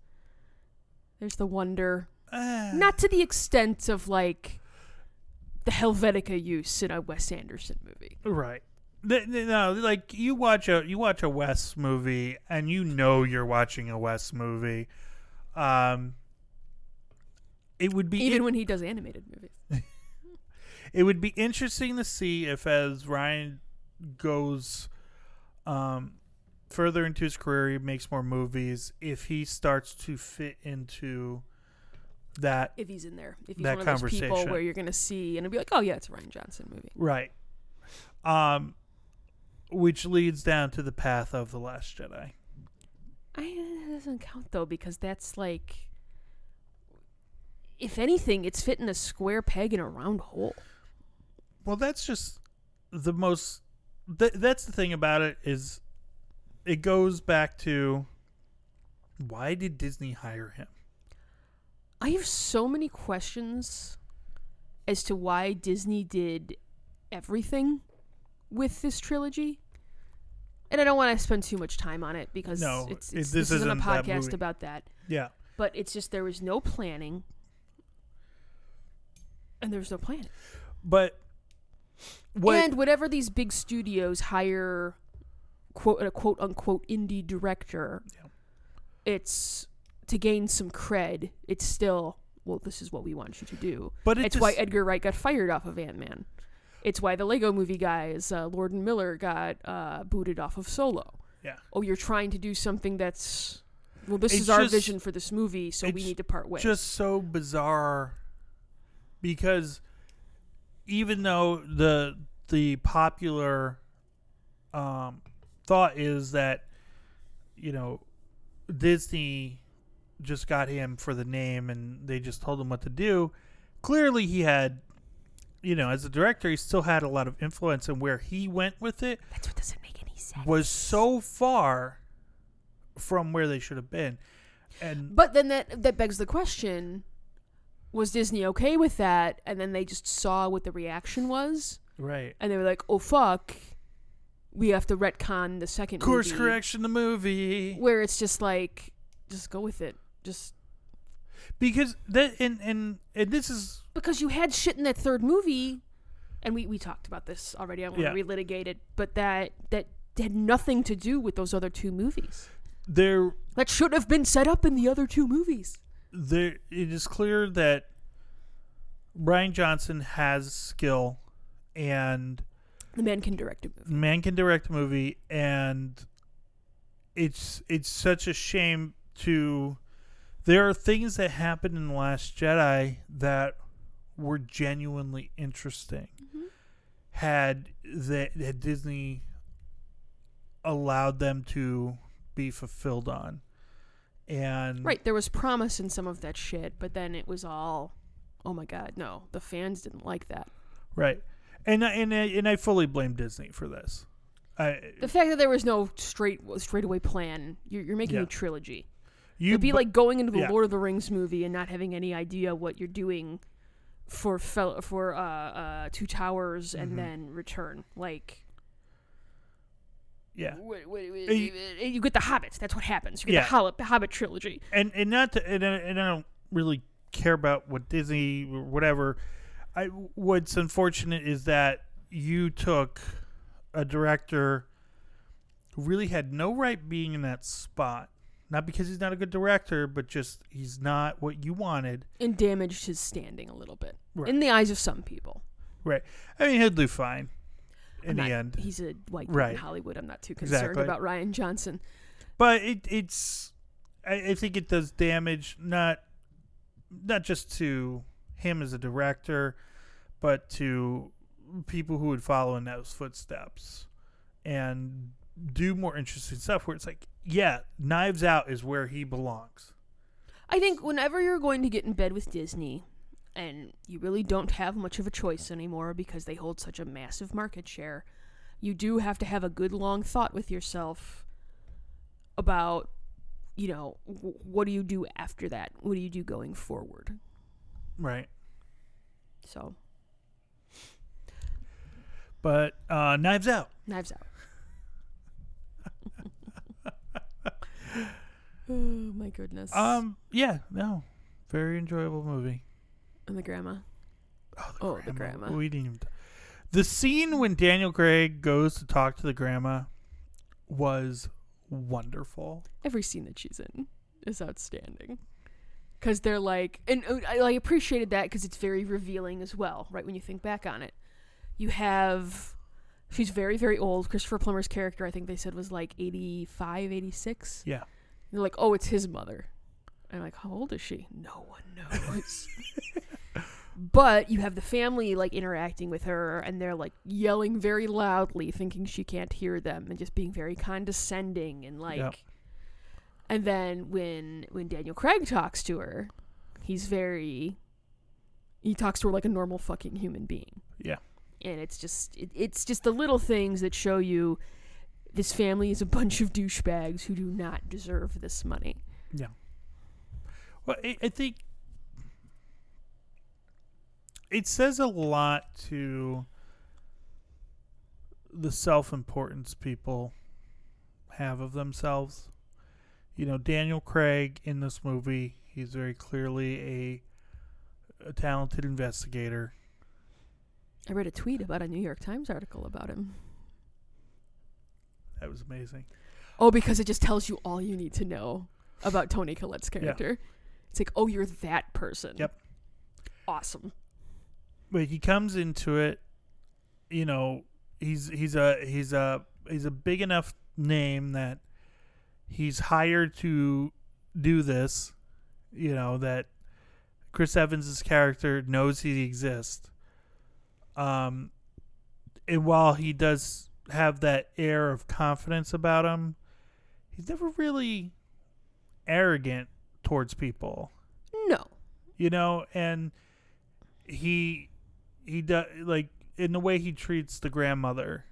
There's the wonder. Ah. Not to the extent of like the Helvetica use in a Wes Anderson movie. Right. Th- th- No, like you watch a you watch a Wes movie and you know you're watching a Wes movie. Um it would be Even when he does animated movies. it would be interesting to see if as Ryan goes um further into his career, he makes more movies, if he starts to fit into that If he's in there. If he's That one of those people conversation. where you're gonna see and it'll be like, Oh yeah, it's a Ryan Johnson movie. right. Um which leads down to the path of the last Jedi. I uh, that doesn't count though because that's like, if anything, it's fitting a square peg in a round hole. Well, that's just the most. Th- that's the thing about it is, it goes back to why did Disney hire him? I have so many questions as to why Disney did everything with this trilogy. and I don't want to spend too much time on it because No, it's, it- it's this this, isn't, isn't a that podcast movie. about that. Yeah. But it's just there was no planning, and there was no planning. But what And whatever these big studios hire, quote a quote unquote indie director, Yeah. it's to gain some cred. It's still well, this is what we want you to do. but it it's just, why Edgar Wright got fired off of Ant Man. It's why the Lego Movie guys, uh, Lord and Miller, got uh, booted off of Solo. Yeah. Oh, you're trying to do something that's well. This It's is our just- vision for this movie, so we it's need to part ways. just so bizarre because even though the the popular um, thought is that you know Disney just got him for the name and they just told him what to do clearly he had you know as a director he still had a lot of influence and where he went with it That's what doesn't make any sense. was so far from where they should have been and But then that that begs the question: Was Disney okay with that? And then they just saw what the reaction was, right and they were like, "Oh fuck, we have to retcon the second course movie," correction the movie Where it's just like, just go with it, just because that and and and this is because you had shit in that third movie, and we, we talked about this already. I don't Yeah. want to relitigate it, but that that had nothing to do with those other two movies. there That should have been set up in the other two movies. there it is clear that Brian Johnson has skill and The man can direct a movie. man can direct a movie and it's it's such a shame to there are things that happened in the last jedi that were genuinely interesting Mm-hmm. had that had disney allowed them to be fulfilled on and Right, there was promise in some of that shit, but then it was all, oh my god, no, the fans didn't like that. right and I- and I, and I fully blame disney for this i The fact that there was no straight straightaway plan, you're, you're making Yeah. a trilogy. you It'd be bu- like going into the yeah. Lord of the Rings movie and not having any idea what you're doing for fel- for uh, uh, Two Towers and Mhm. then Return. Like, yeah wh- wh- wh- you- eh, you get the Hobbits. That's what happens. You get Yeah. the Hobbit, the Hobbit trilogy. and and not to, and, I- and I don't really care about what Disney or whatever. I what's unfortunate is that you took a director who really had no right being in that spot. Not because he's not a good director, but just he's not what you wanted. And damaged his standing a little bit Right. in the eyes of some people. Right. I mean, he'll do fine in I'm the not- end. he's a white dude Right. in Hollywood. I'm not too concerned Exactly. about Ryan Johnson. but it it's I, I think it does damage not not just to him as a director but to people who would follow in those footsteps and do more interesting stuff where it's like yeah knives out is where he belongs I think whenever you're going to get in bed with Disney, and you really don't have much of a choice anymore because they hold such a massive market share, you do have to have a good long thought with yourself about, you know, w- what do you do after that? What do you do going forward? right So, but uh knives out knives out. oh my goodness. um yeah no very enjoyable movie and the grandma. Oh, Oh, the grandma. We didn't even. The scene when Daniel Craig goes to talk to the grandma was wonderful. every scene that she's in is outstanding because they're like and uh, i I appreciated that because it's very revealing as well right when you think back on it you have she's very very old christopher plummer's character i think they said was like 85 86 Yeah. they're like oh it's his mother and i'm like how old is she no one knows but you have the family like interacting with her and they're like yelling very loudly thinking she can't hear them and just being very condescending and like Yep. and then when when daniel craig talks to her he's very he talks to her like a normal fucking human being Yeah. and it's just it, it's just the little things that show you this family is a bunch of douchebags who do not deserve this money Well, I, I think it says a lot to the self importance people have of themselves. You know, Daniel Craig in this movie, he's very clearly a, a talented investigator. I read a tweet about a New York Times article about him. That was amazing. Oh, because it just tells you all you need to know about Tony Collette's character. It's like, oh, you're that person. Yep. Awesome. But he comes into it, you know, he's he's a he's a he's a big enough name that he's hired to do this, you know, that Chris Evans's character knows he exists. Um and while he does have that air of confidence about him, he's never really arrogant towards people No. you know and he he does like in the way he treats the grandmother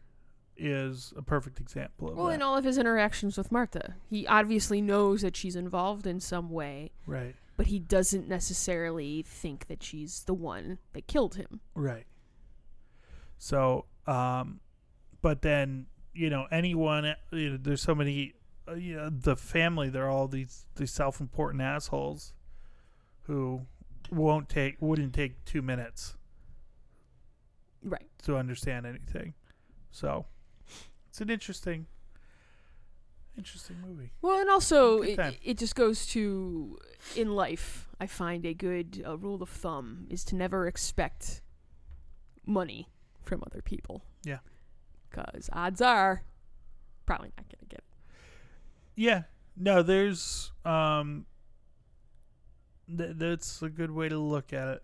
is a perfect example of Well, that. in all of his interactions with Martha, he obviously knows that she's involved in some way, right but he doesn't necessarily think that she's the one that killed him. right so um but then you know anyone you know there's so many uh, you know, the family they're all these these self-important assholes who won't take wouldn't take 2 minutes Right. to understand anything. So it's an interesting, interesting movie. Well, and also Good it, time. it just goes to in life. I find a good uh, rule of thumb is to never expect money from other people. Yeah. Because odds are, probably not gonna get it. Yeah. No, there's um. Th- that's a good way to look at it.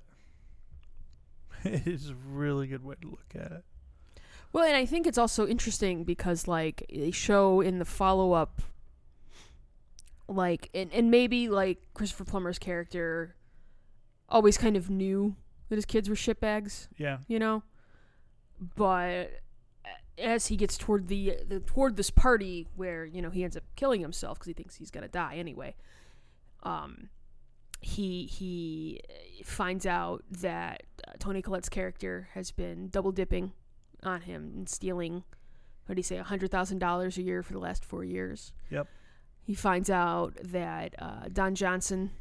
it is a really good way to look at it. Well, and I think it's also interesting because like they show in the follow up, like and and maybe like Christopher Plummer's character always kind of knew that his kids were shitbags. Yeah. you know but as he gets toward the, the toward this party where you know he ends up killing himself because he thinks he's gonna die anyway um he he finds out that uh, tony collette's character has been double dipping on him and stealing what do you say $100000 a year for the last four years Yep. he finds out that uh, don johnson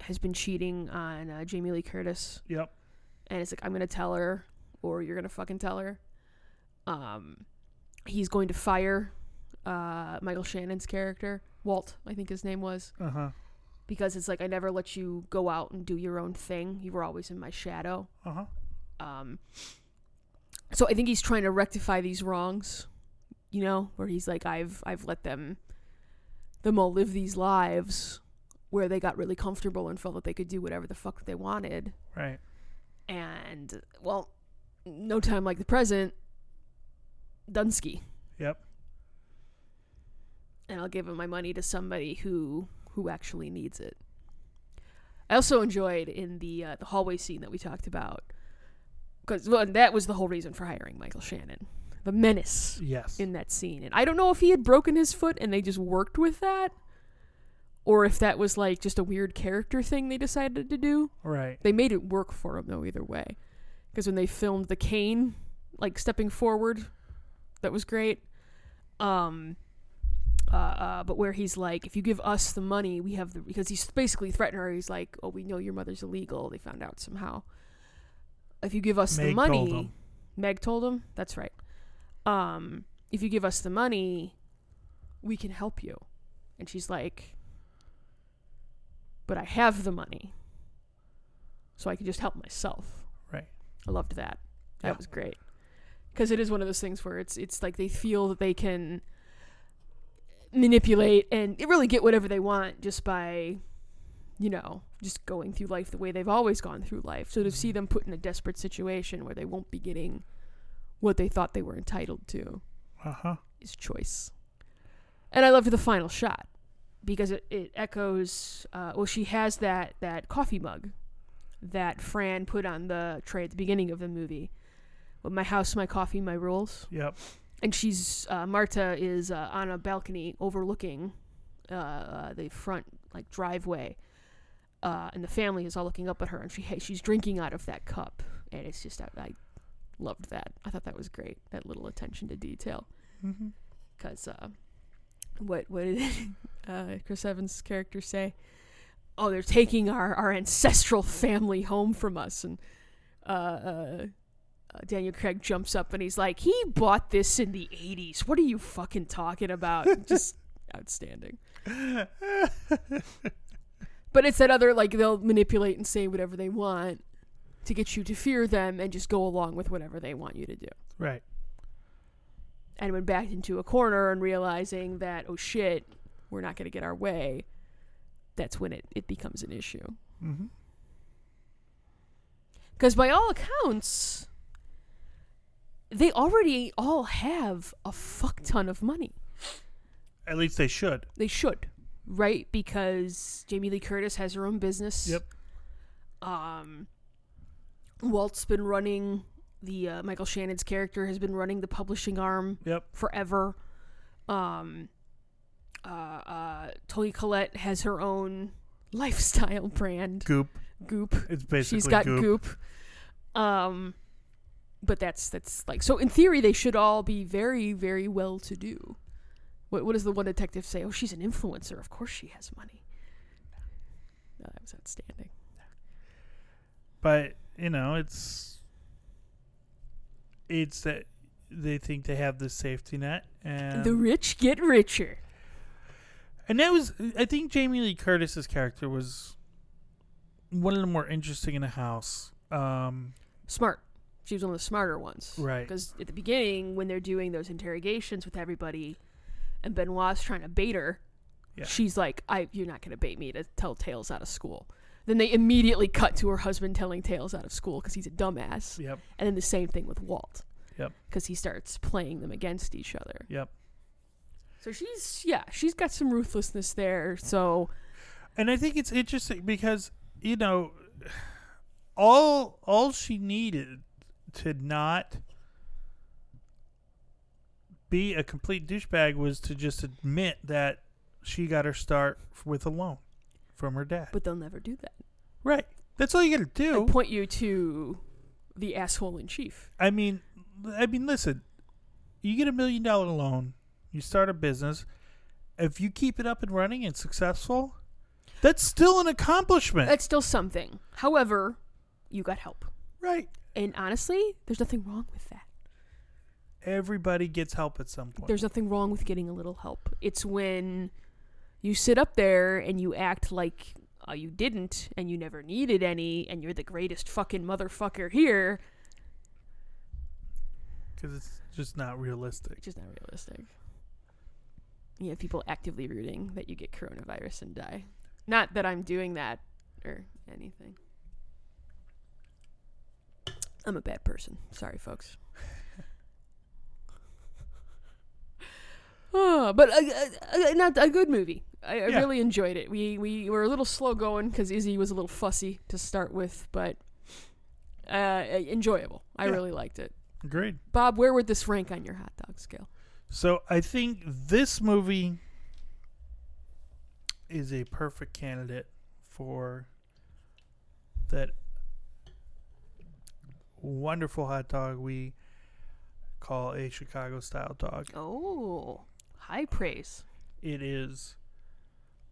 has been cheating on uh, jamie lee curtis Yep. and it's like I'm gonna tell her, or you're gonna fucking tell her. Um, he's going to fire uh, Michael Shannon's character, Walt, I think his name was, Uh huh. because it's like I never let you go out and do your own thing. You were always in my shadow. Uh huh. Um, so I think he's trying to rectify these wrongs, you know, where he's like I've I've let them them all live these lives where they got really comfortable and felt that they could do whatever the fuck they wanted Right. and well, no time like the present. Dunsky. Yep. And I'll give him my money to somebody who who actually needs it. I also enjoyed in the uh, the hallway scene that we talked about because well, that was the whole reason for hiring Michael Shannon, the menace Yes. in that scene. And I don't know if he had broken his foot and they just worked with that, or if that was like just a weird character thing they decided to do. right. They made it work for him though, either way, because when they filmed the cane, like stepping forward, that was great. Um, uh, uh, but where he's like, if you give us the money, we have the because he's basically threatening her. He's like, oh, we know your mother's illegal. They found out somehow. If you give us the Meg told money, him. Meg told him. That's right. Um, if you give us the money, we can help you. And she's like, but I have the money, so I can just help myself. Right. I loved that. That Yeah. was great. Because it is one of those things where it's it's like they feel that they can manipulate and really get whatever they want just by, you know, just going through life the way they've always gone through life. So to Mm-hmm. see them put in a desperate situation where they won't be getting what they thought they were entitled to Uh huh. is choice. And I loved the final shot because it, it echoes. Uh, well, she has that that coffee mug that Fran put on the tray at the beginning of the movie. With my house, my coffee, my rules. Yep. And she's uh, Marta is uh, on a balcony overlooking uh, uh, the front like driveway, uh, and the family is all looking up at her, and she ha- she's drinking out of that cup, and it's just I, I loved that. I thought that was great. That little attention to detail hmm because uh, what what did uh, Chris Evans' character say? Oh, they're taking our, our ancestral family home from us, and uh, uh, uh, Daniel Craig jumps up and he's like, "He bought this in the '80s. What are you fucking talking about?" Just outstanding. Mm-hmm. But it's that other like they'll manipulate and say whatever they want to get you to fear them and just go along with whatever they want you to do. right. And when backed into a corner and realizing that oh shit, we're not going to get our way, that's when it it becomes an issue. Mm-hmm. Because by all accounts, they already all have a fuck ton of money. At least they should. They should, right? Because Jamie Lee Curtis has her own business. Yep. Um, Walt's been running the uh, Michael Shannon's character has been running the publishing arm Yep. forever. Um, uh, uh, Tony Collette has her own lifestyle brand, Goop. Goop. It's basically She's got goop. goop. Um, but that's that's like so. In theory, they should all be very very well to do. What what does the one detective say? Oh, she's an influencer. Of course, she has money. No, that was outstanding. But you know, it's it's that they think they have this safety net, and the rich get richer. and that was I think Jamie Lee Curtis's character was one of the more interesting in the house. Um, Smart. She was one of the smarter ones. right. Because at the beginning, when they're doing those interrogations with everybody, and Benoit's trying to bait her, Yeah. she's like, "I, you're not going to bait me to tell tales out of school." Then they immediately cut to her husband telling tales out of school because he's a dumbass, Yep. and then the same thing with Walt. Yep. Because he starts playing them against each other. Yep. So she's yeah, she's got some ruthlessness there. So And I think it's interesting because you know, all all she needed to not be a complete douchebag was to just admit that she got her start with a loan from her dad. but they'll never do that. right. That's all you got to They do. point you to the asshole in chief. I mean, I mean, listen. You get a million dollar loan. You start a business. If you keep it up and running and successful, that's still an accomplishment, That's still something. However, you got help. right? And honestly, there's nothing wrong with that. Everybody gets help at some point. There's nothing wrong with getting a little help. It's when you sit up there and you act like uh, you didn't and you never needed any and you're the greatest fucking motherfucker here, because it's just not realistic. which is not realistic. You have people actively rooting that you get coronavirus and die. Not that I'm doing that or anything. I'm a bad person. Sorry, folks. oh, but a, a, a- not a good movie. I, I Yeah. really enjoyed it. We we were a little slow going because Izzy was a little fussy to start with, but uh, enjoyable. I Yeah. really liked it. Agreed. Bob, where would this rank on your hot dog scale? So I think this movie is a perfect candidate for that wonderful hot dog we call a Chicago style dog. Oh, high praise. It is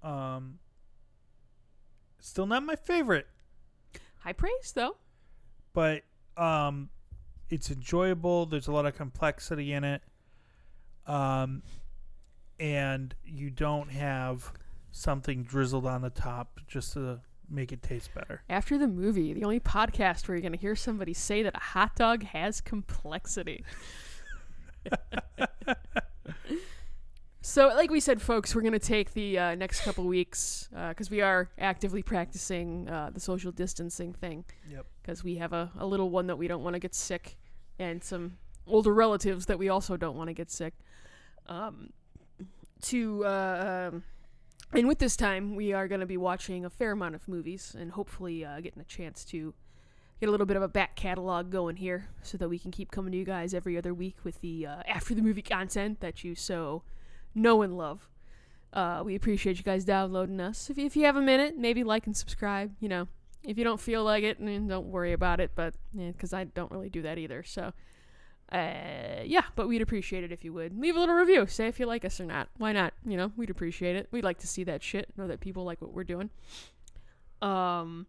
um still not my favorite, High praise, though. but um it's enjoyable. There's a lot of complexity in it. Um and you don't have something drizzled on the top just to make it taste better. After the movie, the only podcast where you're going to hear somebody say that a hot dog has complexity. so, like we said, folks, we're going to take the uh, next couple weeks because we are actively practicing uh, the social distancing thing Yep. because we have a, a little one that we don't want to get sick and some older relatives that we also don't want to get sick. Um, to uh, um, and with this time, we are going to be watching a fair amount of movies and hopefully uh, getting a chance to get a little bit of a back catalog going here so that we can keep coming to you guys every other week with the uh, after the movie content that you so know and love. Uh, we appreciate you guys downloading us. If, if you have a minute, maybe like and subscribe. You know, if you don't feel like it, then don't worry about it. But because I don't really do that either, so Uh, yeah, but we'd appreciate it if you would leave a little review. Say if you like us or not. Why not? You know, we'd appreciate it. We'd like to see that shit. Know that people like what we're doing. Um,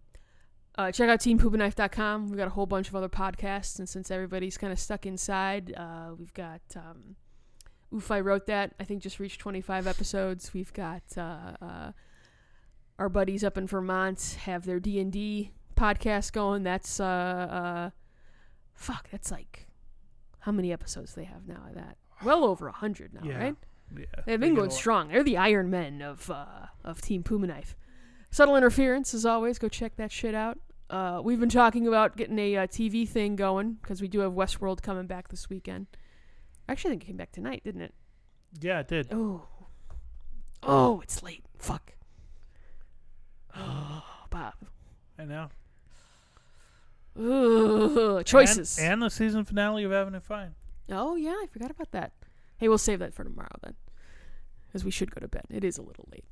uh, check out teampoopanife.com. We've got a whole bunch of other podcasts, and since everybody's kind of stuck inside, uh, we've got um, Oof, I wrote that. I think just reached 25 episodes. We've got uh, uh, our buddies up in Vermont have their D and D podcast going. That's uh, uh, fuck. That's like how many episodes they have now of that? Well over a hundred now, Yeah. right? Yeah. They've They been get going a lot- strong. They're the Iron Men of uh, of Team Puma Knife. Subtle interference, as always. Go check that shit out. Uh, we've been talking about getting a uh, TV thing going because we do have Westworld coming back this weekend. Actually, I think it came back tonight, didn't it? Yeah, it did. Oh, oh, it's late. Fuck. Oh, Bob. I know. Ugh, choices. And, and the season finale of Avenue Fine. oh yeah, I forgot about that. Hey, we'll save that for tomorrow then, because we should go to bed. It is a little late.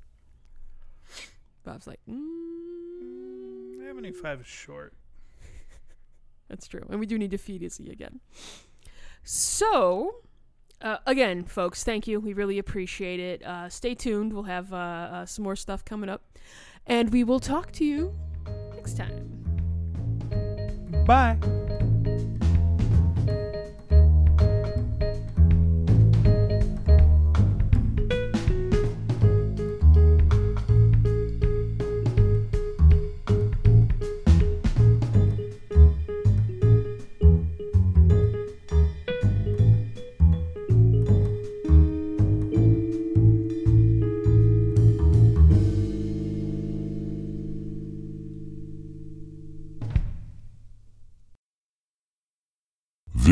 Bob's like, mm, Avenue Five is short. That's true. And we do need to feed Izzy again. So, uh, again, folks, thank you. We really appreciate it. Uh, stay tuned. We'll have uh, uh, some more stuff coming up. And we will talk to you next time. Bye.